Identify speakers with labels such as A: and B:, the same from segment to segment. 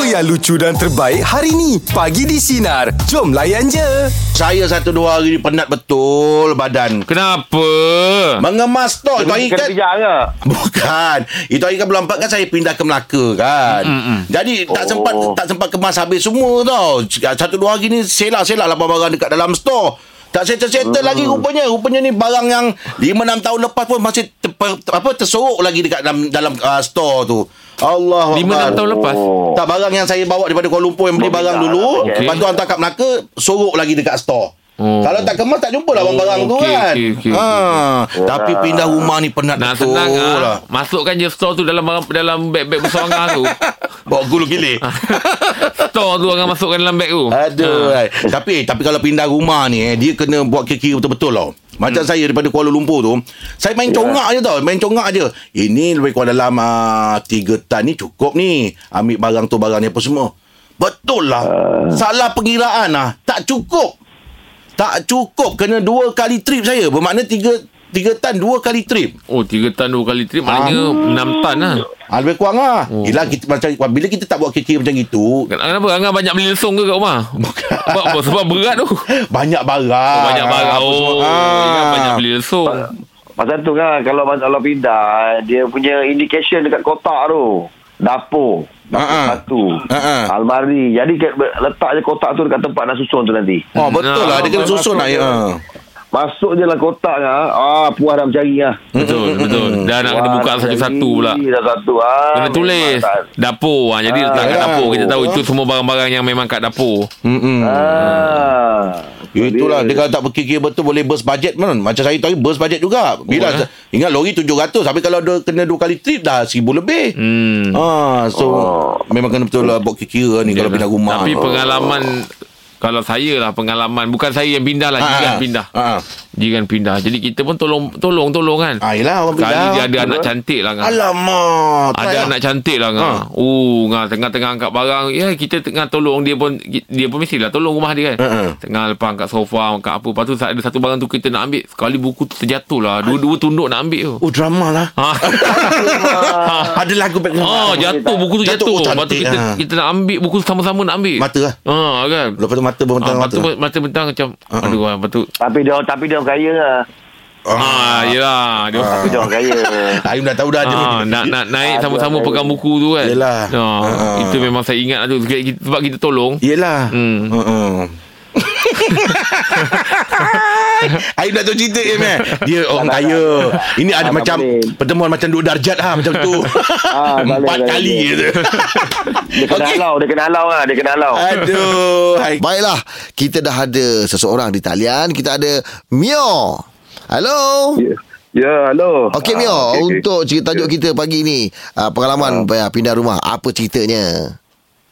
A: yang lucu dan terbaik hari ni. Pagi di Sinar. Jom layan je.
B: Saya satu dua hari ni penat betul badan.
C: Kenapa?
B: Mengemas tau. Itu hari
D: Kena
B: kan...
D: kerja ke?
B: Bukan. Itu hari kan bulan 4 kan saya pindah ke Melaka kan.
C: Mm,
B: Mm-mm. Jadi tak
D: Oh.
B: sempat tak sempat kemas habis semua tau. Satu dua hari ni selak-selak lah barang dekat dalam store. Tak settle-settle lagi
D: Hmm.
B: rupanya. Rupanya ni barang yang 5-6 tahun lepas pun masih ter, ter, apa tersorok lagi dekat dalam dalam uh, store tu. Allah
C: Lima, enam tahun lepas?
D: Oh.
B: Tak barang yang saya bawa daripada Kuala Lumpur yang beli barang dulu,
D: Okey.
B: okay. lepas tu hantar kat Melaka, sorok lagi dekat store.
C: Oh.
B: Oh. Kalau tak kemas tak jumpa lah barang-barang tu
C: okey,
B: kan.
C: okey, okey,
B: ha, tapi pindah rumah ni penat
C: Nak
B: betul
C: senang ah.
B: lah.
C: Masukkan je store tu dalam barang- dalam beg-beg besar angah tu.
B: Bawa gulu gile.
C: Store tu angah masukkan dalam beg tu.
B: Aduh. Ha. Tapi tapi kalau pindah rumah ni eh, dia kena buat kira-kira betul-betul tau. Macam hmm. saya daripada Kuala Lumpur tu, saya main
C: Ya.
B: congak je tau, main congak je. Ini lebih kurang dalam uh, tiga tan ni cukup ni. Ambil barang tu barang ni apa semua. Betul
C: Ha.
B: lah. Uh. Salah pengiraan lah. Tak cukup. Tak cukup kena dua kali trip saya. Bermakna tiga tiga tan dua kali trip.
C: Oh, tiga tan dua kali trip maknanya enam tan lah.
B: Ha, lebih kurang lah. Oh. Yelah, kita, macam, bila kita tak buat kira-kira macam itu,
C: Ken- Kenapa Angah banyak beli lesung ke kat rumah? Bukan. Sebab, apa? sebab berat tu.
B: banyak barang.
C: Oh, banyak barang.
B: Apa semua.
C: Oh,
B: Ah.
C: Angah banyak beli lesung.
D: Pasal tu kan kalau kalau pindah dia punya indication dekat kotak tu. Dapur. Dapur
B: Ha-ha.
D: satu.
B: Ha-ha.
D: Almari. Jadi ke- letak je kotak tu dekat tempat nak susun tu nanti.
B: Oh betul lah dia kena
D: Masuk
B: susun lah
D: je.
B: ya.
D: Masuk je lah kotak kan. Ah, puas dah mencari lah.
C: Betul, betul. Dah nak kena
D: Puas
C: buka
D: mencari,
C: satu-satu pula.
D: Dah satu. Ah,
C: Kena
D: memang
C: tulis
D: tak-
C: Dapur ha, Jadi
D: Ah,
C: letak kat
B: yalah.
C: dapur Kita tahu itu semua barang-barang Yang memang kat dapur
B: Hmm. Ya,
D: Ah.
B: Itulah dia kalau tak berfikir betul boleh burst budget pun. Macam saya tahu burst budget juga. Bila
C: Oh, eh?
B: ingat lori 700 tapi kalau dia kena dua kali trip dah 1000 lebih.
C: Hmm
B: Ah so
D: Oh.
B: memang kena betul lah buat kira ni kalau
C: Yalah.
B: pindah rumah. Oh.
C: Tapi pengalaman Kalau saya lah pengalaman Bukan saya yang pindah lah
B: Ah,
C: Jiran
B: ah.
C: pindah
B: Ah.
C: Jiran pindah Jadi kita pun tolong Tolong tolong kan
B: Ah yelah orang
C: Kali
B: pindah.
C: dia ada anak cantik lah kan
B: Alamak.
C: ada
B: try lah.
C: anak cantik lah ngah. Ha. Oh, ngah tengah-tengah angkat barang. Ya, kita tengah tolong dia pun dia pun mestilah tolong rumah dia kan.
B: Ha-ha.
C: Tengah lepas angkat sofa, angkat apa. Lepas tu ada satu barang tu kita nak ambil. Sekali buku tu terjatuh lah. Dua-dua tunduk nak ambil tu.
B: Oh drama lah.
C: Ha.
B: Ada lagu background.
C: Ah, jatuh buku tu
B: Jatuh,
C: jatuh.
B: oh,
C: jatuh. Lepas tu
B: cantik,
C: kita
B: ah.
C: kita nak ambil buku tu sama-sama nak ambil.
B: Mata lah.
C: Ha kan.
B: Lepas tu mata
C: Ah,
B: berbentang
C: lepas
B: mata.
C: tu mata bentang macam
B: Ah,
C: aduh ah, lepas tu
D: Tapi dia tapi dia orang kaya lah.
C: ah yalah dia
D: Tapi dia orang kaya.
B: Ayum Ah. dah tahu dah dia.
C: Ah, nak nak naik sama-sama pegang buku tu kan.
B: Yelah.
C: Ah,
B: Ah.
C: itu memang saya ingat lah tu Sebab kita- sebab kita tolong.
B: Yelah
C: Hmm.
B: hmm.
E: Uh-uh.
B: Aib nak tahu cerita Im eh Dia orang kaya Ini ada
D: Tak
B: macam
D: boleh.
B: Pertemuan macam Dua darjat ha, Macam tu
D: Ah, tak boleh,
B: Empat
D: tak
B: kali
D: boleh.
B: gitu.
D: Dia kena
B: Okey.
D: halau. Dia kena halau lah. Dia kena halau.
B: Aduh hai.
E: Baiklah, kita dah ada seseorang di talian. Kita ada Mio. Halo.
F: Ya, yeah, hello.
E: Okey Mio,
F: Ah, okey, okey.
E: untuk cerita tajuk kita pagi ni, ah, pengalaman ah, pindah rumah, apa ceritanya?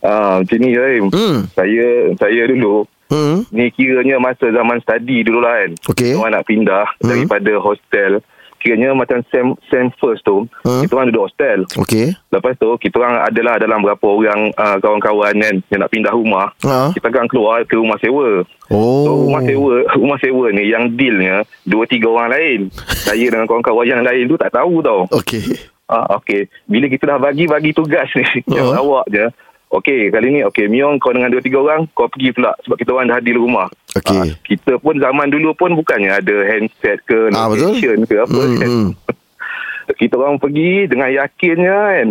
F: Ah, macam ni Zaim.
E: Hmm.
F: Saya saya dulu
E: Hmm.
F: ni kiranya masa zaman study dulu lah kan.
E: Okey.
F: Orang nak pindah
E: Hmm.
F: daripada hostel. Kiranya macam sem sem first tu,
E: Hmm.
F: kita orang duduk hostel.
E: Okey.
F: Lepas tu kita orang adalah dalam berapa orang ah, kawan-kawan kan yang nak pindah rumah.
E: Ha.
F: Kita akan keluar ke rumah sewa. So,
E: Oh.
F: rumah sewa rumah sewa ni yang dealnya dua tiga orang lain. Saya dengan kawan-kawan yang lain tu tak tahu tau.
E: Okey.
F: Ah, okey. Bila kita dah bagi-bagi tugas ni, yang
E: Ha.
F: awak je. Okey, kali ni okey, Miong kau dengan dua tiga orang, kau pergi pula sebab kita orang dah deal rumah.
E: Okey.
F: Ah, kita pun zaman dulu pun bukannya ada handset ke
E: Ah, betul.
F: location ke apa.
E: Hmm,
F: kan.
E: hmm.
F: Kita orang pergi dengan yakinnya kan.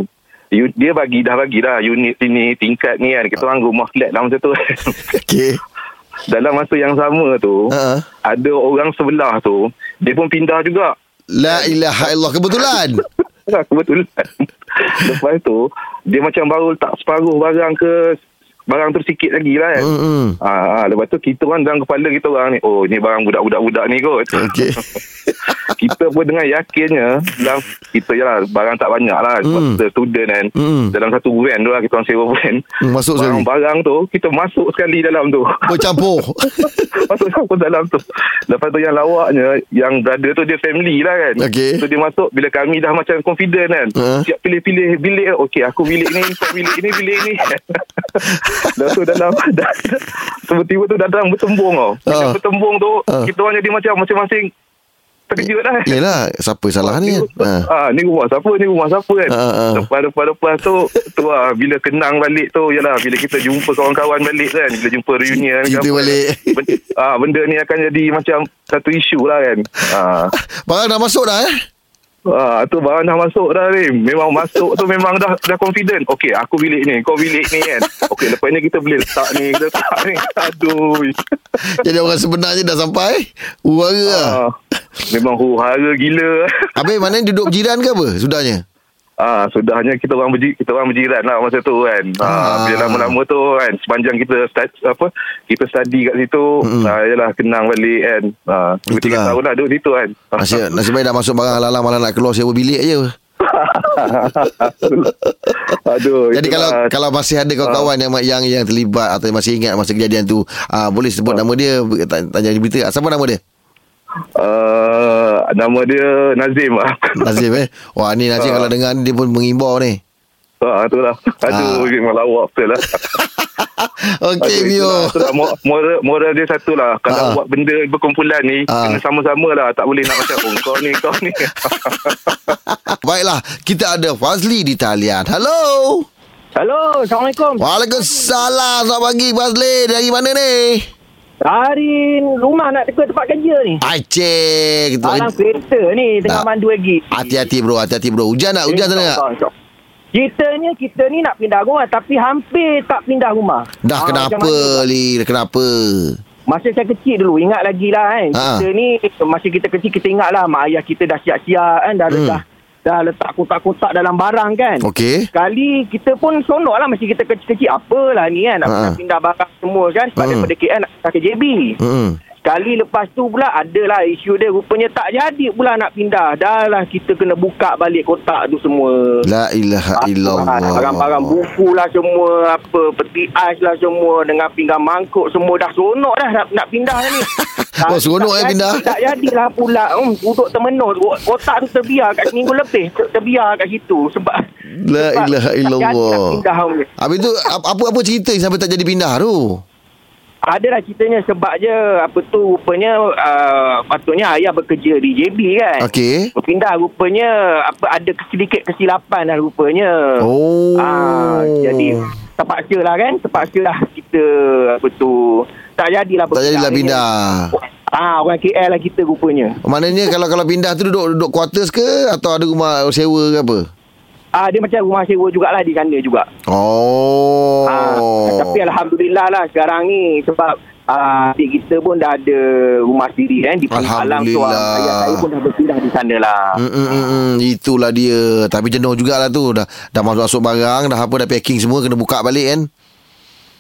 F: You, dia bagi dah bagi dah unit sini tingkat ni kan. Kita orang rumah flat dalam masa tu. kan.
E: Okey.
F: dalam masa yang sama tu,
E: Ha.
F: ada orang sebelah tu, dia pun pindah juga.
E: La ilaha illallah kebetulan.
F: Ah, Kebetulan Lepas tu Dia macam baru letak separuh barang ke Barang tu sikit lagi lah kan
E: Hmm. hmm.
F: Ah, ah, lepas tu kita orang dalam kepala kita orang ni Oh ni barang budak-budak-budak ni kot
E: Okey.
F: Kita pun dengan yakinnya dalam, Kita je lah Barang tak banyak lah Sebab
E: Hmm.
F: kita student kan
E: Hmm.
F: Dalam satu van tu lah Kita orang sewa van
E: Hmm, masuk sekali.
F: Barang-barang tu Kita masuk sekali dalam tu
E: Bercampur.
F: Masuk campur dalam tu Lepas tu yang lawaknya Yang brother tu dia family lah kan
E: Okey.
F: So dia masuk Bila kami dah macam confident kan
E: Ha.
F: uh. Siap pilih-pilih bilik Okey aku bilik ni Kau bilik ni bilik ni Lepas tu dalam Tiba-tiba tu datang bertembung tau
E: Ha.
F: Bila bertembung tu
E: Ha.
F: Kita orang jadi macam Masing-masing terkejut lah.
E: Yelah Siapa salah ni kan
F: Ah,
E: ha.
F: ni rumah siapa ni rumah siapa kan
E: Ah, ah.
F: lepas lepas lepas tu tu lah bila kenang balik tu yalah bila kita jumpa kawan-kawan balik kan bila jumpa reunion ke apa,
E: Cerita
F: kan,
E: balik.
F: benda, ah, benda ni akan jadi macam satu isu lah kan ah,
E: Barang dah masuk dah eh
F: ah, tu barang dah masuk dah ni memang masuk tu memang dah dah confident okey aku bilik ni kau bilik ni kan okey lepas ni kita boleh letak ni kita letak ni aduh
E: Jadi orang sebenarnya dah sampai Uara lah
F: ah, memang huru-hara gila
E: Habis mana duduk jiran ke apa Sudahnya
F: Ah, sudahnya kita orang berji, kita orang berjiran lah masa tu kan.
E: Ah.
F: Ah, bila lama-lama tu kan sepanjang kita start, apa kita study kat situ, mm-hmm. ah, yalah kenang balik kan. Ah, dua
E: Itulah.
F: tiga tahun dah duduk situ kan.
E: Nasib, nasib baik dah masuk barang halal malah nak keluar sewa bilik je
F: Aduh.
E: Jadi kalau
D: lah.
F: itulah.
E: kalau masih ada kawan-kawan yang yang yang terlibat atau yang masih ingat masa kejadian tu, ah boleh sebut nama dia, ta- tanya di berita. Ah, Siapa nama dia?
F: ah, nama dia Nazim ah.
E: Nazim eh. Wah ni Nazim kalau dengar ni dia pun mengimbau ni.
F: ah, itulah. Aduh,
E: Ah.
F: memang lawak betul lah.
E: Okey Mio.
F: itulah, itulah. Mo- moral, moral dia satu lah.
E: Ah.
F: Kalau buat benda berkumpulan ni,
E: Ah.
F: kena sama-sama lah. Tak boleh nak macam, oh, kau ni, kau ni.
E: Baiklah, kita ada Fazli di talian. Hello.
G: Hello, Assalamualaikum.
E: Waalaikumsalam. Selamat pagi Fazli. Dari mana ni?
G: Hari rumah nak dekat tempat kerja ni.
E: Aceh. Kita
G: Alang kereta ni tengah
E: Tak.
G: mandu lagi.
E: Hati-hati bro, hati-hati bro. Hujan tak? Hujan sana tak?
G: Ceritanya kita ni nak pindah rumah tapi hampir tak pindah rumah.
E: Dah
G: Ah, macam
E: kenapa
G: mana?
E: Li? Dah Kenapa?
G: Masa saya kecil dulu ingat lagi lah kan.
E: Ha.
G: Kita ni masa kita kecil kita ingat lah mak ayah kita dah siap-siap kan dah,
E: Hmm.
G: dah, dah letak kotak-kotak dalam barang kan.
E: Okey.
G: Sekali kita pun sonok lah masa kita kecil-kecil apalah ni kan nak
E: Ha.
G: pindah- pindah barang semua kan sebab
E: Hmm.
G: daripada KL nak pindah ke JB.
E: Hmm.
G: Sekali lepas tu pula adalah isu dia rupanya tak jadi pula nak pindah. Dah lah kita kena buka balik kotak tu semua.
E: La ilaha illallah.
G: Ah, Barang-barang buku lah semua Apa Peti ais lah semua Dengan pinggan mangkuk semua Dah seronok dah Nak, nak pindah ni
E: Oh, seronok eh
G: tak
E: pindah.
G: jadi, Tak jadilah pula hmm, Duduk termenung Kotak tu terbiar Kat seminggu lebih ter- Terbiar kat situ Sebab
E: La
G: sebab
E: ilaha
G: tak
E: illallah.
G: jadi nak pindah hmm. ni.
E: Habis tu ap- apa-apa cerita yang sampai tak jadi pindah tu?
G: Adalah ceritanya sebab je apa tu rupanya uh, patutnya ayah bekerja di JB kan.
E: Okey.
G: Berpindah rupanya apa ada sedikit kesilapan lah rupanya.
E: Oh.
G: Ah, jadi terpaksa lah kan terpaksa lah kita apa tu tak jadilah
E: Tak jadilah pindah.
G: Ah orang KL lah kita rupanya.
E: Maknanya kalau kalau pindah tu duduk duduk quarters ke atau ada rumah sewa ke apa?
G: Ah dia macam rumah sewa jugalah di sana juga.
E: Oh.
G: Ah, tapi alhamdulillah lah sekarang ni sebab ah adik kita pun dah ada rumah sendiri kan di Alam tu.
E: Alhamdulillah.
G: ah. Ayah saya pun dah berpindah di sana lah.
E: Mm, mm, mm, mm. Itulah dia Tapi jenuh jugalah tu Dah dah masuk-masuk barang Dah apa dah packing semua Kena buka balik kan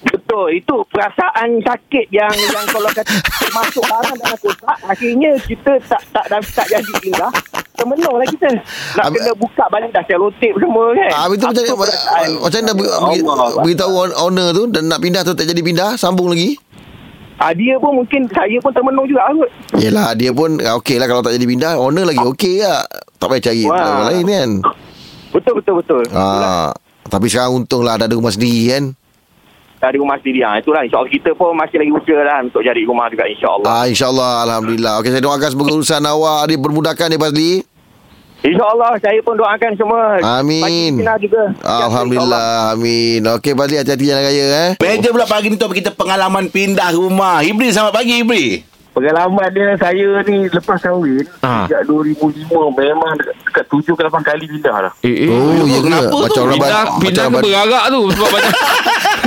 G: Betul itu perasaan sakit yang yang kalau kata masuk barang dalam kotak akhirnya kita tak tak tak, tak jadi pindah termenung lah kita nak
E: Ab-
G: kena buka balik dah selotip semua kan
E: ah, Habis tu macam
G: Apa
E: mana
G: perasaan?
E: Macam mana ber-
G: Allah
E: beri-
G: Allah.
E: Beritahu on- owner tu Dan nak pindah tu tak jadi pindah Sambung lagi
G: ah, dia pun mungkin saya pun termenung juga kot
E: Yelah dia pun ah, Okey lah kalau tak jadi pindah Owner lagi okey lah Tak payah cari
G: Wah.
E: orang lain kan
G: betul betul betul
D: Lah.
E: ah, Tapi sekarang untung lah Dah ada rumah sendiri kan
G: dari rumah sendiri ha. itulah insyaAllah kita pun masih lagi usaha lah untuk cari rumah juga insyaAllah
E: ah, InsyaAllah Alhamdulillah Okey saya doakan semoga urusan awak Dipermudahkan ya Fazli
G: insyaAllah saya pun doakan semua Bagi
E: Amin
G: sinar juga
E: Alhamdulillah Amin Okey Fazli hati-hati jalan raya eh
B: Meja pula pagi ni topik kita pengalaman pindah rumah. Ibri selamat pagi Ibri.
H: Pengalaman dia saya ni lepas kahwin
C: Ah.
H: sejak 2005 memang dekat, dekat 7 ke 8 kali pindah lah.
C: Eh, eh.
E: Oh, ya ke?
B: kenapa tu?
E: Macam orang
C: pindah,
E: ban-
C: pindah
E: macam
C: ke
E: orang ban-
C: berarak tu sebab banyak.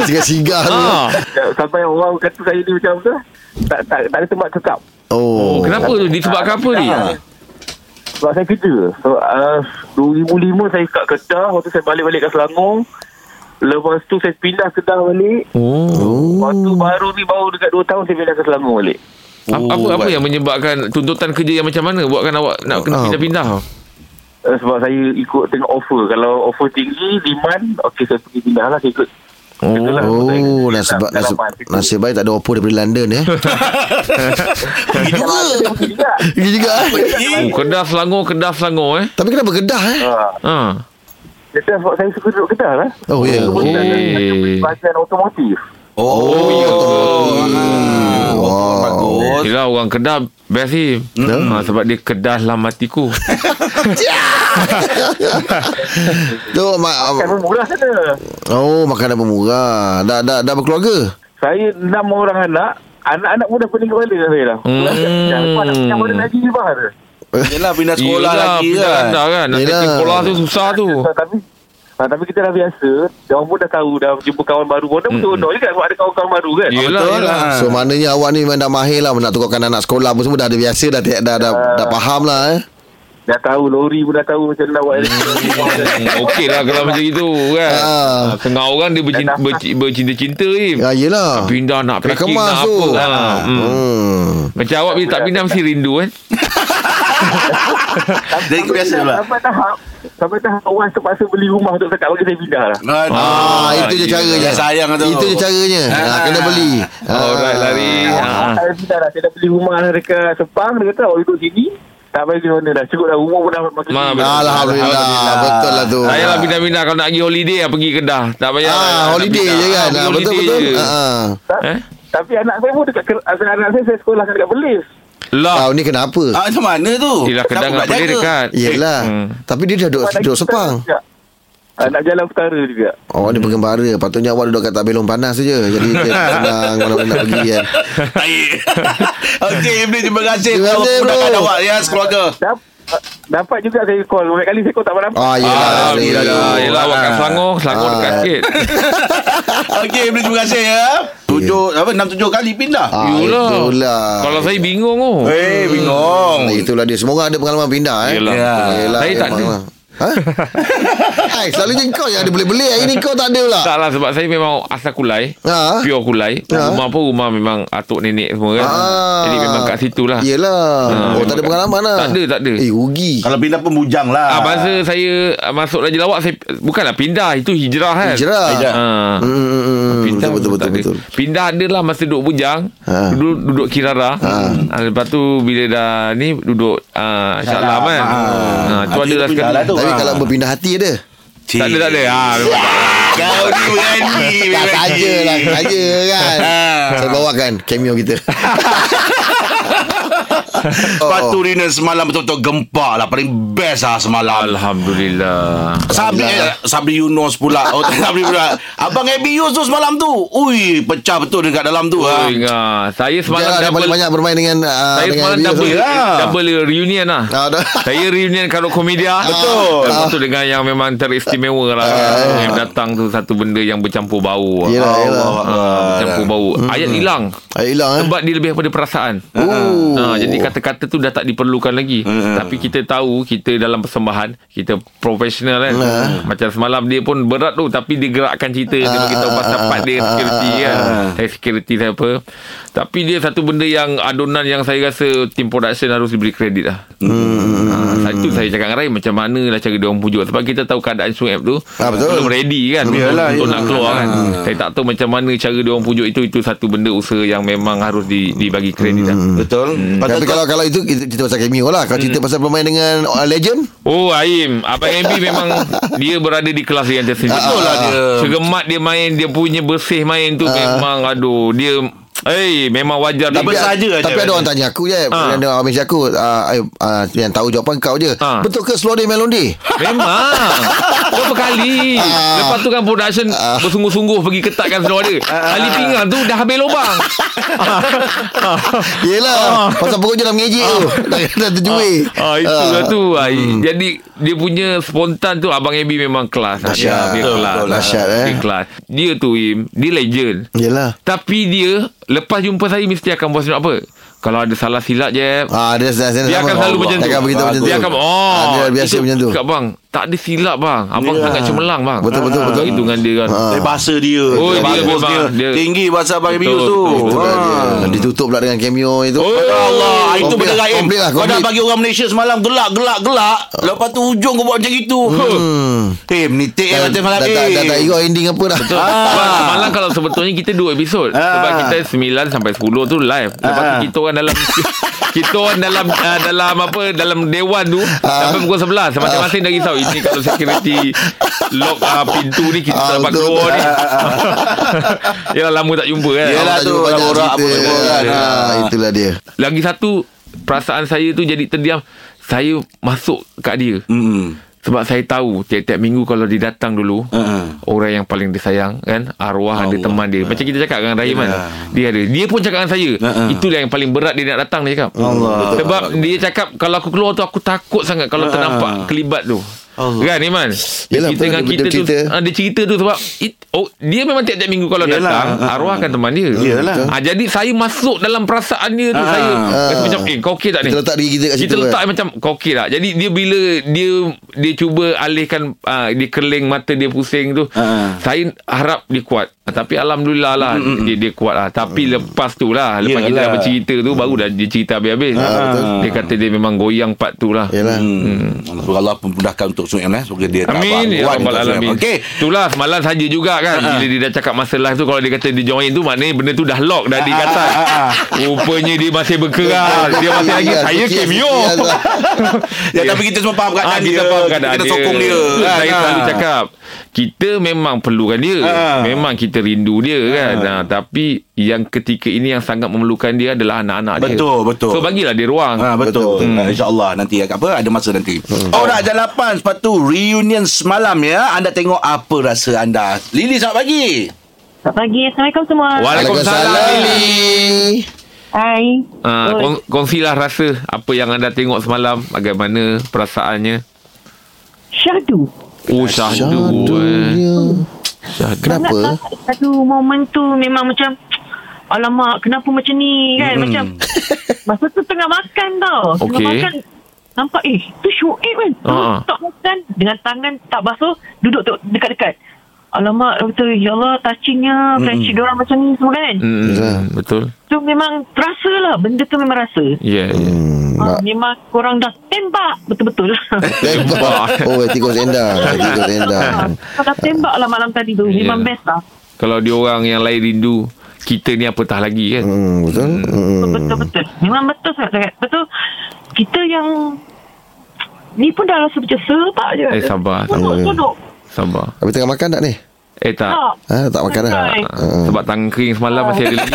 E: Singgah-singgah tu
C: ha.
H: Ya, Sampai orang kata saya ni macam apa? Tak tak, tak ada tempat cekap.
E: Oh,
C: Oh, kenapa tu? Disebabkan apa ni?
H: Sebab saya kerja. So, uh, 2005 saya kat Kedah, waktu saya balik-balik kat Selangor. Lepas tu saya pindah Kedah balik.
C: Oh.
H: Waktu baru ni baru dekat 2 tahun saya pindah ke Selangor balik.
C: Apa apa, apa yang menyebabkan tuntutan kerja yang macam mana buatkan awak nak
E: Ah.
C: kena pindah-pindah?
H: Uh, sebab saya ikut tengok offer. Kalau offer tinggi, demand, okey saya pergi pindah lah. Saya ikut Itulah.
E: Oh, nasib, ba- nasib, nasib baik tak ada Oppo daripada London eh.
B: Pergi juga.
E: Pergi juga eh.
C: Oh, kedah Selangor, kedah Selangor eh.
E: Tapi kenapa Kedah eh?
H: Ha.
C: Ha.
H: Kedah sebab saya suka duduk Kedah lah.
E: Oh, ya.
H: Oh.
E: Yeah.
C: Eh.
H: Bahagian otomotif.
B: Oh, oh, oh,
E: Wah.
B: bagus. Betul.
C: Yelah orang Kedah Best ni hmm. ha, Sebab dia Kedah dalam hatiku
E: Tu mak
H: Kan pun murah sana.
E: Oh makanan pun murah. Dah dah dah berkeluarga.
H: Saya enam orang anak. Anak-anak pun dah pening kepala dah saya dah.
C: Hmm.
H: Dah lepas nak pindah mana lagi ni bahar.
B: Yelah pindah sekolah
C: Yelah,
B: lagi
C: pindah
B: kan.
C: anda kan Nak
E: Yelah.
C: cari sekolah tu susah tu
H: So, tapi Ah, tapi kita dah biasa Dia pun dah tahu Dah jumpa kawan baru Orang pun mm. juga Sebab ada kawan-kawan baru kan
C: Yelah,
B: Betul
C: yelah.
B: lah.
E: So maknanya awak ni memang dah mahir lah nak tukarkan anak sekolah pun semua dah ada biasa dah dah dah, dah, dah
B: Ya.
E: faham lah eh.
H: Dah tahu Lori pun dah tahu Macam mana nak buat
C: Hmm, Okey lah kalau macam itu kan
E: Ah.
C: ha. Tengah orang dia bercinta,
H: Dah-
C: berci- bercinta-cinta ni Ha,
E: Ya yelah.
C: Pindah nak
E: Kena
C: packing
E: kemas
C: nak
E: tu.
C: apa ha. hmm.
E: Hmm.
C: Macam awak bila tak pindah mesti rindu kan
B: Jadi kebiasa pula.
H: Sampai
G: ah.
H: tahap Sampai tahap Orang terpaksa beli rumah Untuk cakap bagi saya pindah lah
B: Aduh.
E: Ah, itu je
C: iya.
E: caranya.
B: ya, Sayang tu.
E: Itu je caranya. Ha,
B: Ah.
E: kena beli. Ha.
C: Alright lari ha.
H: Saya pindah dah Saya dah beli rumah Dekat Sepang Dia kata awak
G: "Oh,
H: duduk sini Tak payah pergi mana dah Cukup dah rumah pun dah makin
C: Ma,
H: tinggi.
C: betul.
E: Alhamdulillah. Betul lah tu.
C: Saya lah pindah-pindah Kalau nak pergi holiday lah, Pergi Kedah Tak payah lah, nak
E: Ah, holiday
C: pindah.
E: je
C: Ah,
E: kan.
C: pergi
E: Ah, Betul
C: holiday
E: betul.
C: je.
E: Ha. ah.
H: Tak-
C: Eh?
H: Tapi anak saya pun dekat ker- Anak saya saya sekolahkan dekat Perlis
C: Lah
E: Tahun ni kenapa?
B: Ah, macam mana tu?
C: Yelah
B: Kenapa
C: Kedah dengan
B: pula
C: dia
B: jaga?
C: dekat
E: Yelah.
C: Hmm.
E: Tapi dia dah duduk
H: Anak
E: duduk
H: kita
E: sepang.
H: juga. Anak jalan utara juga
E: Oh, dia penggembara. Patutnya awak duduk kat tak belong panas saja. Jadi dia senang mana-mana nak pergi kan.
B: Tahi. Okey, Iblis terima kasih.
E: Terima kasih, bro.
B: Kepada awak ya sekeluarga.
H: Dap- Dapat juga saya call Banyak kali saya call tak pernah
E: Ah, yelah.
C: Alhamdulillah
E: yelah.
C: Yelah awak kat Selangor Selangor
E: Ah.
C: dekat sikit
B: Okey, Iblis terima kasih ya. Tujuh apa enam tujuh kali pindah.
E: Ah,
C: Yulah.
E: itulah.
C: Kalau saya bingung oh.
B: Eh, bingung.
E: Ah, Itulah dia Semua orang ada pengalaman pindah eh.
C: Yelah.
B: ya.
C: Ah, Saya tak ada.
E: memang lah. Ha? Hai, selalunya kau yang ada belik-belik Hari ni kau tak ada pula
C: Tak lah sebab saya memang asal kulai
E: Ha?
C: Pure kulai
E: Ah.
C: Rumah pun rumah memang Atuk nenek semua kan
E: Ah. Ya.
C: Jadi memang kat situ lah
E: Yelah
C: Ah,
E: Oh tak ada
C: memang-
E: pengalaman lah
C: Tak ada, tak ada.
E: Eh rugi
B: Kalau pindah pun bujang lah.
C: Ah, masa saya ah, masuk Raja Lawak saya bukanlah pindah itu hijrah kan.
E: Hijrah.
B: Hijrah.
C: Ah.
E: Hmm, hmm, hmm, hmm.
C: Pindah pun
E: Betul betul betul,
C: tak ada.
E: betul.
C: Pindah adalah masa duduk bujang,
E: Ha.
C: ha. duduk duduk Kirara. Ha. Ha, lepas tu bila dah ni duduk ah Shah Alam kan. Ha.
B: Habis
C: tu ada lah
B: tu pindah
C: sekali.
B: lah tu.
E: Tapi
B: Ah.
E: kalau berpindah hati ada
C: Tak ada tak ada. Ha, memang tak ada.
B: Kau ni berani.
E: Tak saja lah Saja kan
B: Ah.
E: Saya bawakan cameo kita
B: Lepas tu Rina semalam betul-betul gempak lah. Paling best lah semalam.
C: Alhamdulillah.
B: Sabri eh, Sabri Yunus pula Oh tak Sabri pula Abang Abby Yus tu semalam tu Ui Pecah betul dekat dalam tu
C: Oh,
B: ha.
C: ingat. Saya semalam
E: Jangan
C: double
E: banyak-banyak lah, bermain dengan ah,
C: saya
E: dengan Ha.
C: semalam
E: Abby
C: double
E: Yus.
B: lah.
C: double reunion lah.
E: Ah, dah.
C: Saya reunion kalau
E: Ha.
C: komedia
E: Betul.
C: Lepas tu dengan yang memang teristimewa lah Yang datang tu satu benda yang bercampur bau lah.
E: Ha. Yelah yelah
B: Allah
C: Ah, Bercampur bau Ayat hilang
E: Ayat hilang eh
C: Sebab dia lebih daripada perasaan
E: Oh.
C: ha, Jadi kata-kata tu dah tak diperlukan lagi Tapi kita tahu Kita dalam persembahan Kita profesional kan Macam semalam dia pun berat tu Tapi dia gerakkan cerita Dia beritahu pasal
E: Ah,
C: part dia security kan Saya security saya apa Tapi dia satu benda yang Adonan yang saya rasa Team production harus diberi kredit lah hmm. ha, Itu saya cakap dengan Rai Macam mana lah cara dia orang pujuk Sebab kita tahu keadaan Sueb tu
E: Ah, betul. lah,
C: Belum ready kan untuk-
B: Yalah,
C: Untuk
B: yalah.
C: nak keluar kan
E: Ah.
C: Saya tak tahu macam mana Cara dia orang pujuk itu Itu satu benda usaha Yang memang harus di, dibagi kredit lah
B: Betul
E: Tapi
B: Patut-
E: kalau kalau itu kita cerita pasal cameo lah. Kalau cerita pasal bermain dengan uh, legend,
C: Oh Aim Abang MB memang Dia berada di kelas yang tersendiri
B: Betul lah dia.
C: Segemat dia main Dia punya bersih main tu Memang aduh Dia Eh memang wajar
B: Tak
C: dia-
B: besar je
E: tapi
B: je.
E: ada orang tanya aku je, ha. ada orang message aku, uh, uh, yang tahu jawapan kau je.
C: Ah.
E: Betul ke slow day melody?
C: Memang Berapa kali Lepas tu kan production Bersungguh-sungguh Pergi ketatkan seluar dia Kali pinggang tu Dah habis lubang
E: Yelah, pasal pokok je dalam ngejek tu. Dah dah terjuih.
C: Ah itulah tu. Ah, hmm. Jadi dia punya spontan tu abang Abi memang kelas. Ah,
E: Dahsyat.
C: dia
E: Betul,
C: kelas.
E: betul lah. Dahsyat, eh.
C: Dia kelas. Dia tu Im, dia legend.
E: Yelah.
C: Tapi dia lepas jumpa saya mesti akan buat apa? Kalau ada salah silap je
E: Ah, dia, dia, dia,
C: dia akan selalu macam tu.
E: Dia akan beritahu macam tu.
C: Dia akan oh.
E: Ah, dia biasa
C: itu
E: macam tu. lah.
C: Cakap bang, tak ada silap bang. Abang
B: Yelah.
C: sangat cemerlang bang.
E: Betul, betul, betul.
C: Itu dengan dia kan.
E: Ah.
B: Dari bahasa dia
C: Oh,
B: Dari
C: dia
B: bagus
C: memang- dia-
B: Tinggi bahasa Abang Abby
C: Betul,
B: Yus tu
C: betul, betul.
B: Ah.
E: Ah, Ditutup pula dengan cameo itu.
B: Oh, Allah Itu
E: Komplit
B: benda
E: lah,
B: gaib
E: komplit lah,
B: Kau dah
E: komplit.
B: bagi orang Malaysia semalam Gelak gelak gelak Lepas tu hujung kau buat macam itu
E: Hmm.
B: Eh menitik eh
E: Dah
B: macam malam
E: dah tak
B: eh.
E: dah tak ingat ending apa dah.
C: Betul. Ah, Sebab semalam kalau sebetulnya kita dua episod. Sebab
B: Ah.
C: kita 9 sampai 10 tu live. Lepas tu
B: Ah.
C: kita orang dalam kita orang dalam uh, dalam apa dalam dewan tu
E: Ah.
C: sampai pukul 11 masing-masing dah risau ini kalau security lock uh, pintu ni kita
E: Ah,
C: dapat
E: betul,
C: keluar ni.
E: betul.
C: Yalah lama tak jumpa kan.
B: Yelah,
E: Awak tak
B: tu,
E: jumpa banyak
B: borak apa
E: cerita.
B: semua kan.
E: Ha, Itulah dia
C: Lagi satu perasaan saya tu jadi terdiam. Saya masuk kat dia.
B: Hmm.
C: Sebab saya tahu tiap-tiap minggu kalau dia datang dulu,
B: Ha.
C: orang yang paling dia sayang kan, arwah
B: Allah. Ya.
C: ada teman dia. Macam kita cakap dengan Rahim kan. Dia ada. Dia pun cakap dengan saya.
B: Ha, ha.
C: Itulah yang paling berat dia nak datang dia cakap.
B: Allah.
C: Sebab dia cakap kalau aku keluar tu aku takut sangat
B: Ha,
C: kalau
B: ha.
C: ternampak kelibat tu.
B: Allah.
C: Kan Iman
E: Yelah,
C: Kita
E: betul,
C: dengan
E: dia
C: kita tu
E: cerita.
C: cerita. Dia cerita tu sebab it, oh, Dia memang tiap-tiap minggu Kalau
B: Yelah,
C: datang
B: ha, ha.
C: Arwah akan teman dia
B: Yelah.
C: ha, Jadi saya masuk Dalam perasaan dia tu
B: Ha,
C: Saya
B: ha.
C: rasa macam Eh kau okey tak ni
E: Kita letak diri kita kat situ
C: Kita
E: kan?
C: letak macam Kau okey tak Jadi dia bila Dia dia cuba alihkan uh, Dia keling mata dia pusing tu
B: Ha.
C: Saya harap dia kuat Ah, Tapi Alhamdulillah lah dia, dia kuat lah Tapi
E: Mm.
C: lepas tu lah Lepas kita
B: Yelah.
C: dah bercerita tu Baru dah dia cerita habis-habis
E: Ha, betul. Ya.
C: Dia kata dia memang goyang part tu lah
E: Yelah
B: Hmm. Semoga Allah memudahkan untuk Suhaim eh. Semoga dia
C: Amin ya
B: buat
C: rabbal
B: untuk Suhaib.
C: alamin.
B: Okey. Ha,
C: Itulah semalam saja juga kan. Bila dia dah cakap masa live tu kalau dia kata dia join tu maknanya benda tu dah lock dah di
B: Ha,
C: kata. Rupanya dia masih berkeras. Dia masih lagi
E: Ya,
C: saya
E: sukias-
C: cameo.
E: sukias lah.
B: Ya, tapi kita semua faham keadaan
C: Ah,
B: dia.
C: kita faham keadaan
B: kita
C: dia.
B: sokong dia.
C: Betul,
B: kan?
C: Saya
B: Ah.
C: selalu cakap kita memang perlukan dia.
B: Ah.
C: Memang kita rindu dia
B: Ha,
C: kan. Nah, tapi yang ketika ini yang sangat memerlukan dia adalah anak-anak dia.
B: Betul, betul.
C: So bagilah dia ruang.
B: Ha, betul. betul. Hmm. InsyaAllah nanti agak apa ada masa nanti. Hmm. Oh nak jam 8 Lepas tu reunion semalam ya. Anda tengok apa rasa anda. Lili selamat pagi.
G: Selamat pagi. Assalamualaikum semua.
C: Waalaikumsalam. Lily.
G: Hai.
C: Ah,
G: Oi.
C: kong- kongsilah rasa apa yang anda tengok semalam, bagaimana perasaannya.
G: Syahdu.
C: Oh syahdu eh.
E: Dunia.
C: Syahdu.
E: Kenapa?
G: Sangat sangat Syahdu momen tu memang macam Alamak, kenapa macam ni kan? Mm. Macam masa tu tengah makan tau.
C: Hmm.
G: Tengah
C: Okey.
G: makan nampak eh tu syuib kan.
C: Ha.
G: Uh-huh. Tak makan dengan tangan tak basuh duduk tu dekat-dekat. Alamak betul ya Allah touchingnya friendship mm. orang macam ni semua kan. Mm.
C: Hmm, betul.
G: Tu memang terasa lah benda tu memang rasa.
C: Ya. Yeah.
E: Hmm,
G: Ha,
E: mak-
G: memang korang dah tembak betul-betul lah.
E: Tembak. Oh tikus endang Tikus
G: Ah,
E: endang
G: Kau dah tembak lah malam tadi tu
C: Ya.
G: Memang best lah
C: Kalau dia orang yang lain rindu, kita ni apatah lagi kan.
E: Hmm, Betul Hmm.
G: Betul-betul Memang betul sangat sangat Betul Kita yang Ni pun dah rasa macam serba je
C: Eh, sabar,
G: Duduk
E: sabar.
G: duduk
C: Sabar.
E: Habis tengah makan tak ni?
C: Eh tak.
G: Tak
E: Ha, tak makan dah?
G: Ah, Santai.
C: Ah, Sebab tangan kering semalam masih ada lagi.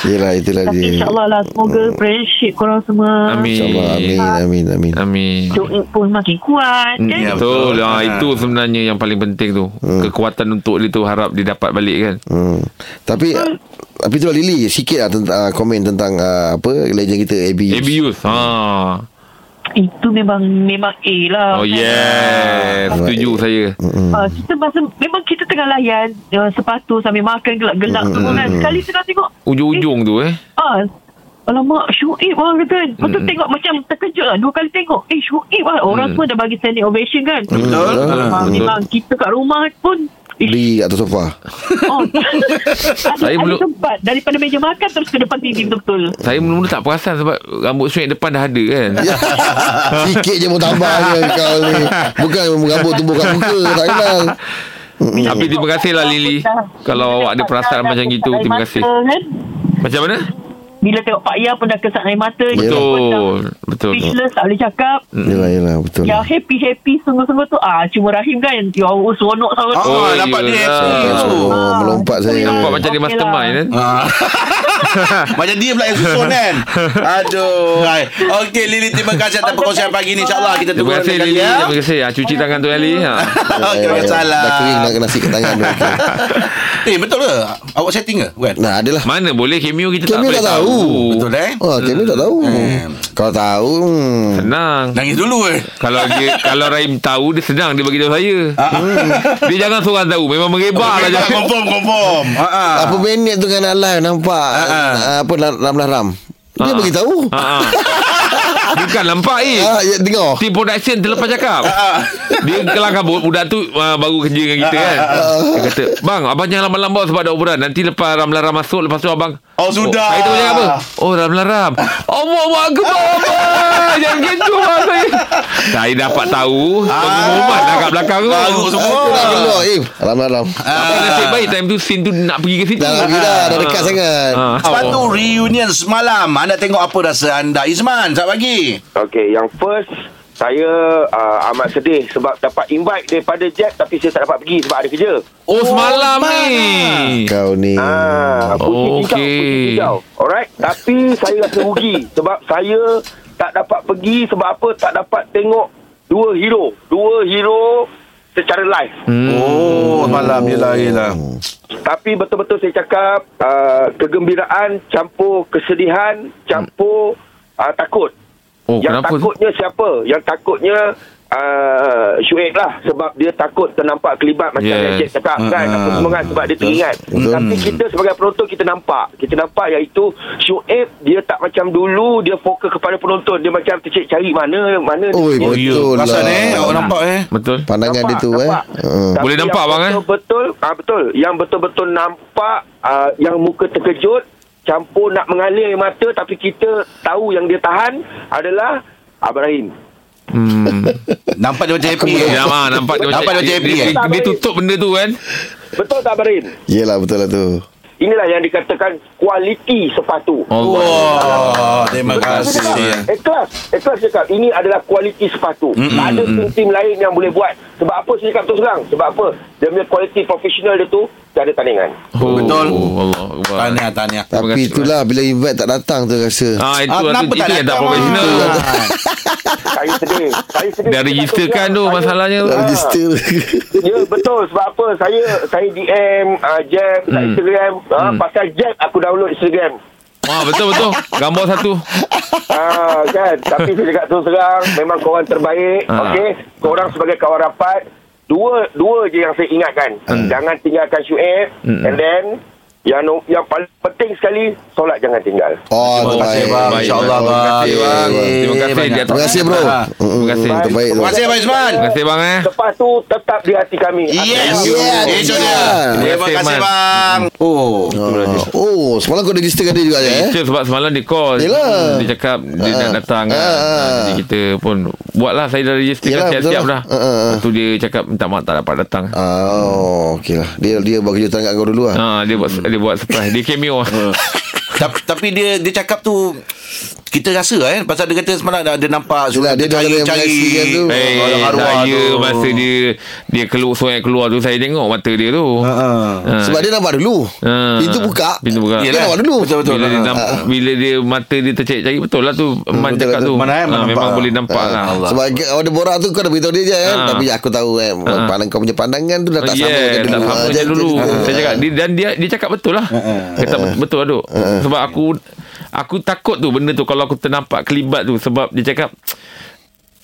E: Yelah itulah
G: Tapi
E: dia
G: insyaAllah lah Semoga friendship korang semua
C: Hmm. Amin.
E: InsyaAllah Amin
G: Ah.
E: Amin Amin
C: Amin.
G: Doa pun makin kuat kan?
B: Ya,
C: Betul.
B: betul.
C: Ha,
B: Ah.
C: itu sebenarnya yang paling penting tu. Kekuatan untuk dia tu harap dia dapat balik kan.
E: Hmm. Tapi tapi tu Lily sikit lah tentang uh, komen tentang uh, apa legend kita AB.
C: Abuse. Ha.
G: Itu memang Memang A lah
C: Oh yes. Hmm. Setuju saya.
G: Uh, kita masa memang kita tengah layan uh, sepatu sambil makan gelak-gelak
C: Hmm,
G: mm, semua kan sekali tengah tengok
C: Ujung-ujung tu eh.
G: Ah, Alamak Syuib lah kata Lepas tu tengok macam terkejut lah Dua kali tengok Eh Syuib lah Orang semua dah bagi standing ovation kan
B: Betul.
G: Ah,
C: betul.
G: Memang kita kat rumah pun Ish,
E: Di atas sofa.
G: oh.
C: Saya
G: Saya
C: belum-
G: belum tempat Daripada meja makan Terus ke depan TV betul-betul
C: Saya mula-mula tak perasan sebab rambut swing depan dah ada kan.
E: sikit je pun tambah je kau ni. Bukan rambut tumbuh kat muka tak kenal.
C: Tapi terima kasih lah Lily
G: Ya,
C: Kalau awak ada perasaan macam gitu Terima kasih
G: kan?
C: Macam mana?
G: Bila tengok Pak Ya pun dah kesat air mata dia pun dah
C: Betul Betul
G: Speechless tak boleh cakap
B: Hmm.
E: Yelah yelah betul.
G: Yang happy-happy Sungguh-sungguh tu ah Cuma Rahim kan Ya Allah seronok sangat
B: Oh,
C: Oh,
B: dapat dia
C: yelah.
B: happy tu.
E: Oh,
G: Ah.
E: melompat saya.
C: Nampak macam dia
G: Okey lah.
C: mastermind kan
B: Ah. Macam dia pula yang susun kan Aduh Hai. Okey Lili terima kasih atas perkongsian pagi ni InsyaAllah kita tunggu
C: Terima kasih
B: anda
C: Lily
B: ya.
C: Terima kasih Ah, Cuci tangan tu Lily ha.
B: Okey
E: Eh,
B: salah
E: Dah kering dah kena nasi kat tangan tu. Okey.
B: Eh betul ke Awak setting ke Bukan
E: Nah, lah. adalah.
C: Mana boleh cameo kita tak
E: Cameo
C: boleh
E: tak tahu.
C: tahu
B: Betul eh
E: Oh, Kemi tak tahu. Kalau tahu, hmm.
C: Senang
B: Nangis dulu eh
C: kalau dia kalau Rahim tahu dia senang dia bagi tahu saya. dia jangan seorang tahu memang merebak lah
B: Okey,
C: jangan.
B: Ah, Confirm confirm Ha, ha.
C: Ah.
E: apa minit tu kan live nampak
B: ah.
E: uh, apa Ram Ram. Dia
C: Ah.
E: beritahu.
C: Ha, ha. Bukan lampak eh.
E: Ah, ya dengar.
C: Tim production terlepas cakap
B: Ah,
C: Dia kelang kabut Budak tu uh, baru kerja dengan
B: Ah,
C: kita kan Dia kata Bang abang jangan lama-lama sebab ada obrolan Nanti lepas Ramlaram masuk Lepas tu abang
B: Oh, sudah.
C: Saya tahu cakap apa Oh Ramlaram Allah Allah akbar abang Jangan gitu abang saya Saya dapat tahu
B: Ah.
C: Pengumuman dah kat belakang tu
B: Baru semua
C: Ah.
E: Aku dah keluar eh. Ram Ram.
B: Ah.
C: Tapi nasib baik time tu Scene tu nak pergi ke situ
E: Dah lagi dah, dah dekat sangat.
C: Ah.
B: Lepas tu reunion semalam Anda tengok apa rasa anda Izman Selamat pagi
F: Okey, yang first saya uh, amat sedih sebab dapat invite daripada Jack tapi saya tak dapat pergi sebab ada kerja.
C: Oh, semalam ni.
E: Kau ni
F: Ah,
C: Oh.
F: pusing okay.
C: Okey.
F: pusing hijau. Alright, tapi saya rasa rugi sebab saya tak dapat pergi sebab apa? Tak dapat tengok dua hero. Dua hero secara live.
B: Oh, malam je lah. yelah.
F: Tapi betul-betul saya cakap uh, kegembiraan campur kesedihan, campur uh, takut.
C: Oh,
F: Yang
C: kenapa? tu?
F: takutnya siapa? Yang takutnya uh, Syuib lah sebab dia takut ternampak kelibat macam
C: Yes.
F: yes. Jack cakap kan
B: Ah.
F: apa semua kan sebab dia teringat. Tapi kita sebagai penonton kita nampak. Kita nampak iaitu Syuib dia tak macam dulu dia fokus kepada penonton. Dia macam tercik cari mana mana
C: Oh,
F: dia-
E: Oi
C: ya.
E: betul lah
B: Perasan eh, awak nampak eh.
C: Betul.
E: Pandangan dia tu eh
F: Uh.
C: Mm. Boleh nampak, bang, eh?
F: Betul, ah, betul. Yang betul-betul nampak, ah, yang muka terkejut, campur nak mengalir air mata tapi kita tahu yang dia tahan adalah Abang Rahim.
C: Hmm.
B: Nampak dia macam happy eh.
C: Ya, Ma, nampak
B: Nampak dia
C: dia
B: macam happy,
C: dia,
B: eh?
C: dia, dia tutup benda tu kan.
F: Betul tak Abang Rahim?
E: Yelah betul lah tu
F: Inilah yang dikatakan kualiti sepatu.
C: Allah.
B: Wah, Ah, terima
F: Betul cakap.
B: kasih.
C: ya.
F: Ikhlas Ikhlas cakap Ini adalah kualiti sepatu mm Tak ada tim-tim lain yang boleh buat Sebab apa saya cakap terus terang Sebab apa Dia punya kualiti profesional dia tu Tak ada tandingan
C: Oh,
B: Betul.
C: Allah. Akbar.
B: Tahniah, tahniah.
C: Terima
E: Tapi
C: kasih,
E: itulah Bila invite tak datang tu rasa
C: Ah,
B: Ah,
C: itu, ah,
B: kenapa tak
C: itu, itu yang tak
B: datang,
C: profesional.
F: Saya sedih Saya sedih
C: Dah
F: Saya
C: registerkan tu
F: cakap terus terang.
C: masalahnya.
E: Tak
F: Ah.
E: register
F: Ya betul sebab apa saya saya DM uh, Jeb
C: Mm.
F: hmm. Instagram uh, hmm. pasal Jeb aku download Instagram.
C: Wah, Ah, betul betul. Gambar satu.
F: Ah kan tapi saya cakap terus terang memang korang terbaik.
C: Ah.
F: Okey, korang sebagai kawan rapat dua dua je yang saya ingatkan. Jangan tinggalkan Syuib
C: Hmm.
F: and then yang no- yang paling penting sekali solat jangan tinggal.
E: Oh
B: Terima kasih,
E: terbaik.
B: bang. InsyaAllah,
E: Terima
B: bang.
E: kasih,
C: bang. Terima kasih,
B: Banyak.
C: dia atas-
E: Terima kasih bro
B: Ah.
E: Mm,
C: kasih.
E: Terbaik tu
B: Terima kasih, Abang Isman.
C: Terima kasih bang eh.
F: Lepas tu tetap di hati kami.
B: Yes.
E: Yeah,
B: Itu dia.
E: yeah.
B: Terima kasih, bang. Oh.
E: Ah. Oh semalam kau registerkan dia juga je eh
C: Rachel sebab semalam dia call
E: Yelah.
C: Dia cakap Dia
E: Ah.
C: nak datang kan
E: Ah.
C: Ah, Jadi kita pun Buatlah saya dah register
E: Yelah,
C: kan Siap-siap
E: betul
C: dah
E: lah. Ah, ah, ah.
C: Lepas tu dia cakap Minta maaf tak dapat datang
E: Oh okey lah Dia dia buat kejutan kat kau dulu lah
C: Ah, dia buat dia buat surprise. Dia cameo.
B: Tapi, tapi dia dia cakap tu kita rasa eh pasal dia kata semalam dia, dia nampak
E: Yelah, dia dah kena menyaksikan tu.
C: Eh,
B: orang arwah
C: saya
B: tu.
C: masa dia dia keluar sungai keluar tu saya tengok mata dia tu. Ha.
B: Ah.
C: Ha.
E: Sebab dia nampak dulu
C: Ah.
E: Pintu buka
C: Pintu buka.
E: Dia
B: Yelah.
E: nampak dulu
B: Betul-betul.
C: bila dia
B: Ah,
C: nampak, bila dia mata dia tercari-cari betul lah tu Man
E: betul
C: cakap
E: lah
C: tu.
E: tu.
B: Mana, eh,
C: Ah,
B: mana
C: memang
B: nampak.
C: boleh nampak lah.
E: Allah. Sebab order borak tu kau dah beritahu dia je kan.
C: Ah.
E: Tapi aku tahu kan
C: Ah.
E: pandang kau punya pandangan tu dah tak sama
C: Oh, yeah,
E: macam
C: tak
E: dulu.
C: sama
E: Ah,
C: macam
E: jadi- Ah,
C: dulu.
E: jadi-
C: Saya cakap dia, dan dia dia cakap betul lah. Kata betul lah
E: ah,
C: duk. Sebab aku aku takut tu benda tu kalau aku ternampak kelibat tu sebab dia cakap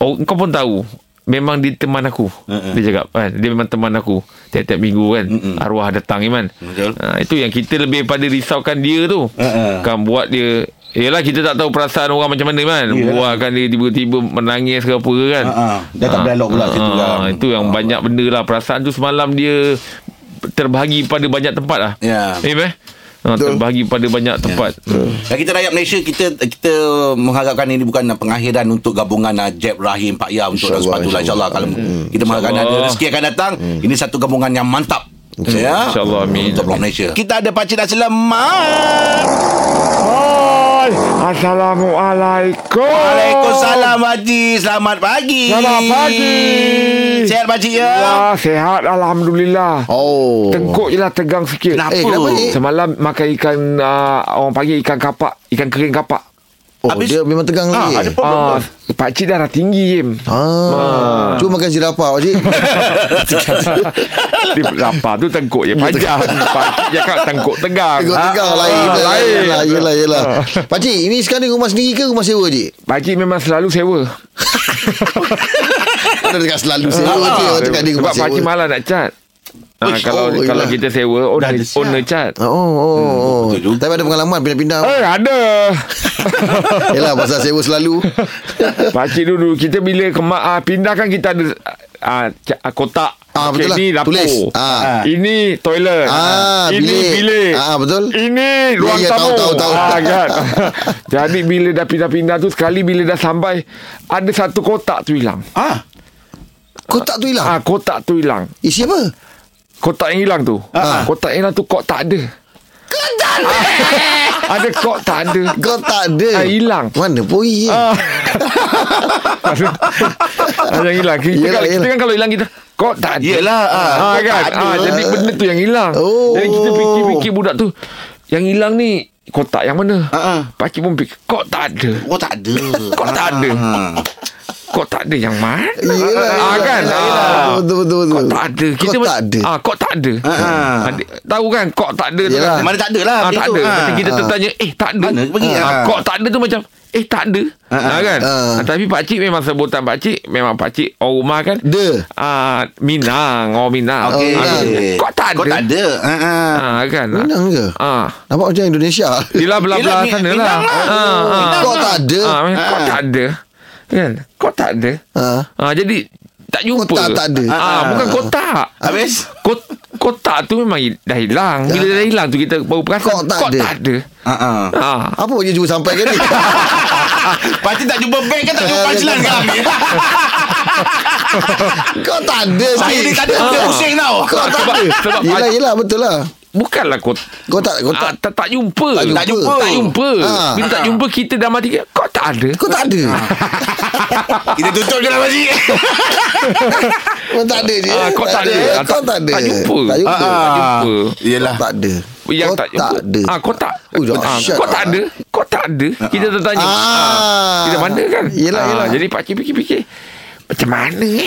C: oh kau pun tahu memang dia teman aku.
E: Ah,
C: Dia cakap kan dia memang teman aku tiap-tiap minggu kan arwah datang Iman.
B: Betul.
C: Ha, itu yang kita lebih pada risaukan dia tu.
E: Ah,
C: Kan buat dia Yelah kita tak tahu perasaan orang macam mana kan Buahkan dia tiba-tiba menangis ke apa ke kan
B: Ah, ah. Dia tak
C: Ah,
B: berdialog pula
C: ah,
B: situ
C: ah,
B: kan.
C: Itu yang banyak benda lah Perasaan tu semalam dia Terbahagi pada banyak tempat lah
B: Ya.
C: Eh meh ha, Terbahagi pada banyak tempat yeah.
B: Dan kita rakyat Malaysia kita kita mengharapkan ini bukan pengakhiran untuk gabungan Najib Rahim Pak Ya untuk
E: InsyaAllah,
B: Daun Sepatu lah insyaallah Hmm. kalau kita mengharapkan ada
C: InsyaAllah.
B: rezeki akan datang ini satu gabungan yang mantap ya
C: InsyaAllah, amin.
B: untuk Blok Malaysia kita ada Pakcik dah selamat
A: Hai Assalamualaikum
B: Oh. Waalaikumsalam Haji selamat pagi
A: Selamat pagi.
B: Sihat Pakcik ya
A: Ya sehat Alhamdulillah
E: Oh.
A: Tengkuk je lah tegang sikit
B: Kenapa?
E: Eh, kenapa ni?
A: Semalam makan ikan uh, Orang panggil ikan kapak Ikan kering kapak
E: Oh,
B: Habis-
E: dia memang tegang
B: Ah,
E: lagi.
B: ada
E: eh.
A: Ah, Pakcik dah dah tinggi Jim
E: Ah. Cuma makan sirapa Pak Cik.
A: Dia lapar tu tengkuk je panjang Pakcik cakap tengkuk tegang
E: Tengok tegang lah,
A: Ah,
E: lain.
A: ah,
E: Yelah,
A: lain.
E: Yelah, yelah, yelah. Pak Cik, ini sekarang rumah sendiri ke rumah sewa Cik?
A: Pakcik memang selalu sewa
E: Kau dah dekat selalu Ah, sewa
C: Ah,
E: Cik. Orang cakap Oh, dia
A: Sebab
E: rumah sewa.
A: pakcik malas nak cat Ah,
B: Uish,
A: kalau
E: oh,
A: kalau
E: yelah.
A: kita sewa owner, owner cat.
E: Oh, oh, oh.
B: betul juga.
E: Tapi ada pengalaman pindah-pindah.
A: Eh ada.
E: Yelah, pasal sewa selalu.
A: Pakcik dulu Kita bila kema, uh, pindah kan kita ada uh, uh, kotak
E: Ah,
A: Okey,
E: betul lah.
A: Ini dapur
E: Tulis. Ah.
A: Ah. Ini toilet
E: Ah,
A: Ini
E: bilik.
A: bilik,
E: Ah, betul.
A: Ini ruang
E: ya,
A: tamu
E: tahu, tahu, tahu.
A: Ah, kan? Jadi bila dah pindah-pindah tu Sekali bila dah sampai Ada satu kotak tu hilang
B: Ah
E: Kotak tu hilang.
A: ah, Kotak tu hilang
E: Isi apa?
C: Ha.
A: Kotak yang hilang tu ah. Kotak yang hilang tu Kok tak ada
E: Kau tak ada
C: Ada kok tak ada
E: Kau tak ada
C: Ah, hilang.
E: Mana poi
C: Ah. Ada yang hilang Kita,
E: Yelah,
C: yelah, kita
E: yelah.
C: kan kalau hilang kita Kok tak ada
B: Yelah, ah,
C: ah,
B: kok
C: kan?
B: tak ada.
C: Ah, Jadi benda tu yang hilang
E: Oh.
C: Jadi kita fikir-fikir budak tu Yang hilang ni Kotak yang mana
B: Ah, ah.
C: Pakcik pun fikir Kok tak ada
B: Kau tak ada
C: Kau tak ada. Kok tak ada yang mana
E: Yelah,
C: ah,
E: yelah,
C: kan
E: yelah,
C: Ah.
E: yelah. Betul, betul, betul.
C: Kok tak ada
E: Kok tak ada. Ha,
C: ah, Kok tak ada
B: Ah.
C: Adik- Tahu kan Kok tak ada tu
E: Yelah.
C: kan?
B: Mana tak ada lah
C: Ah,
B: benda
C: tak
B: tu.
C: ada.
B: Ah.
C: Macam kita
E: Ha.
B: Ah.
C: tertanya, eh tak ada.
B: Mana pergi?
C: Ah,
B: Ah.
C: Kok tak ada tu macam, eh tak ada.
B: Ah, ah.
C: Ah, kan?
E: Ah.
C: Ah, tapi pakcik memang sebutan pakcik, memang pakcik orang rumah kan.
E: Dia.
C: Ah, Minang, orang Minang.
B: Okey.
C: Ah, Kok tak ada?
B: Kau tak ada Ah, ah.
C: Ah, kan?
E: Minang ke?
C: Ah.
E: Nampak macam Indonesia
C: Yelah
B: Yelah,
C: belah-belah
B: Mi-
C: sana lah.
B: Minang lah.
C: Ah, ah.
E: Kok tak ada Ha.
C: Ah, memang Kok
B: Ah.
C: tak ada. Kan? Kok tak ada.
E: Ah.
C: Ah, jadi tak jumpa.
E: Kotak tak ada.
B: Ha.
C: Ah, bukan kotak.
B: Habis
C: Kot, kotak tu memang hi- dah hilang. Bila dah hilang tu kita baru perasan
E: Kok tak ada.
C: tak ada.
B: Ah, ah.
C: Ha.
E: Apa dia cuba sampai ke ni
B: Pakcik tak jumpa bank kan tak jumpa punchline kan
E: Kau tak ada
B: Saya ni tak ada Dia pusing tau
E: Kau tak
C: Sebab-
E: ada
C: sebab-
E: Yelah yelah betul lah
C: Bukanlah kot
E: Kau tak Kau
C: Ah, tak,
E: tak
C: tak jumpa.
E: Tak jumpa. Ha.
C: Tak jumpa.
E: Ah.
C: Bila tak jumpa kita dah mati ke? Kau tak ada.
E: Kau tak
C: Ah.
E: ada
B: Kita tutup je lah pakcik
E: Kau tak ada je
C: Ah, kau tak ada. Ah,
E: Kau tak ada
C: tak jumpa.
E: Tak
B: Ah,
E: jumpa
B: ah.
C: jumpa.
B: Yelah
E: Tak ada
C: Yang
E: Kau
C: tak jumpa.
E: ada
C: Ah, kau tak.
E: Oh, dah
C: ah,
E: asyik.
C: kau tak ada. Kau tak ada. Kita tertanya.
E: Ah.
C: Kita mana kan?
E: Yelah,
C: Ah,
E: yelah.
C: Jadi pakcik fikir-fikir. Macam mana eh?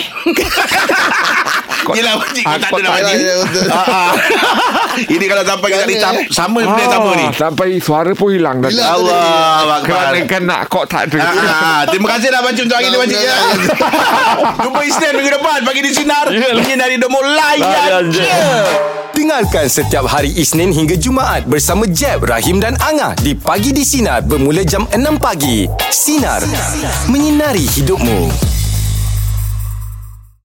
C: Kau-
B: Yelah pakcik Kau
C: Ah,
B: tak
C: kau
B: ada lah
C: tak
B: pakcik
E: ada, betul.
B: Ah, ah. Ini kalau sampai kat ni tam- Sama benda sama ni
C: Ha, Sampai suara pun hilang dah.
E: Hilang.
B: Allah
C: Kerana kan nak kau tak ada.
B: Ah, ah. terima kasih dah Pakcik untuk hari ni Pakcik ya. Jumpa Isnin minggu depan pagi di sinar. Menyinari demo Ya lah. layan je.
A: Dengarkan setiap hari Isnin hingga Jumaat bersama Jeb, Rahim dan Angah di Pagi di Sinar bermula jam 6 pagi. Sinar, menyinari hidupmu.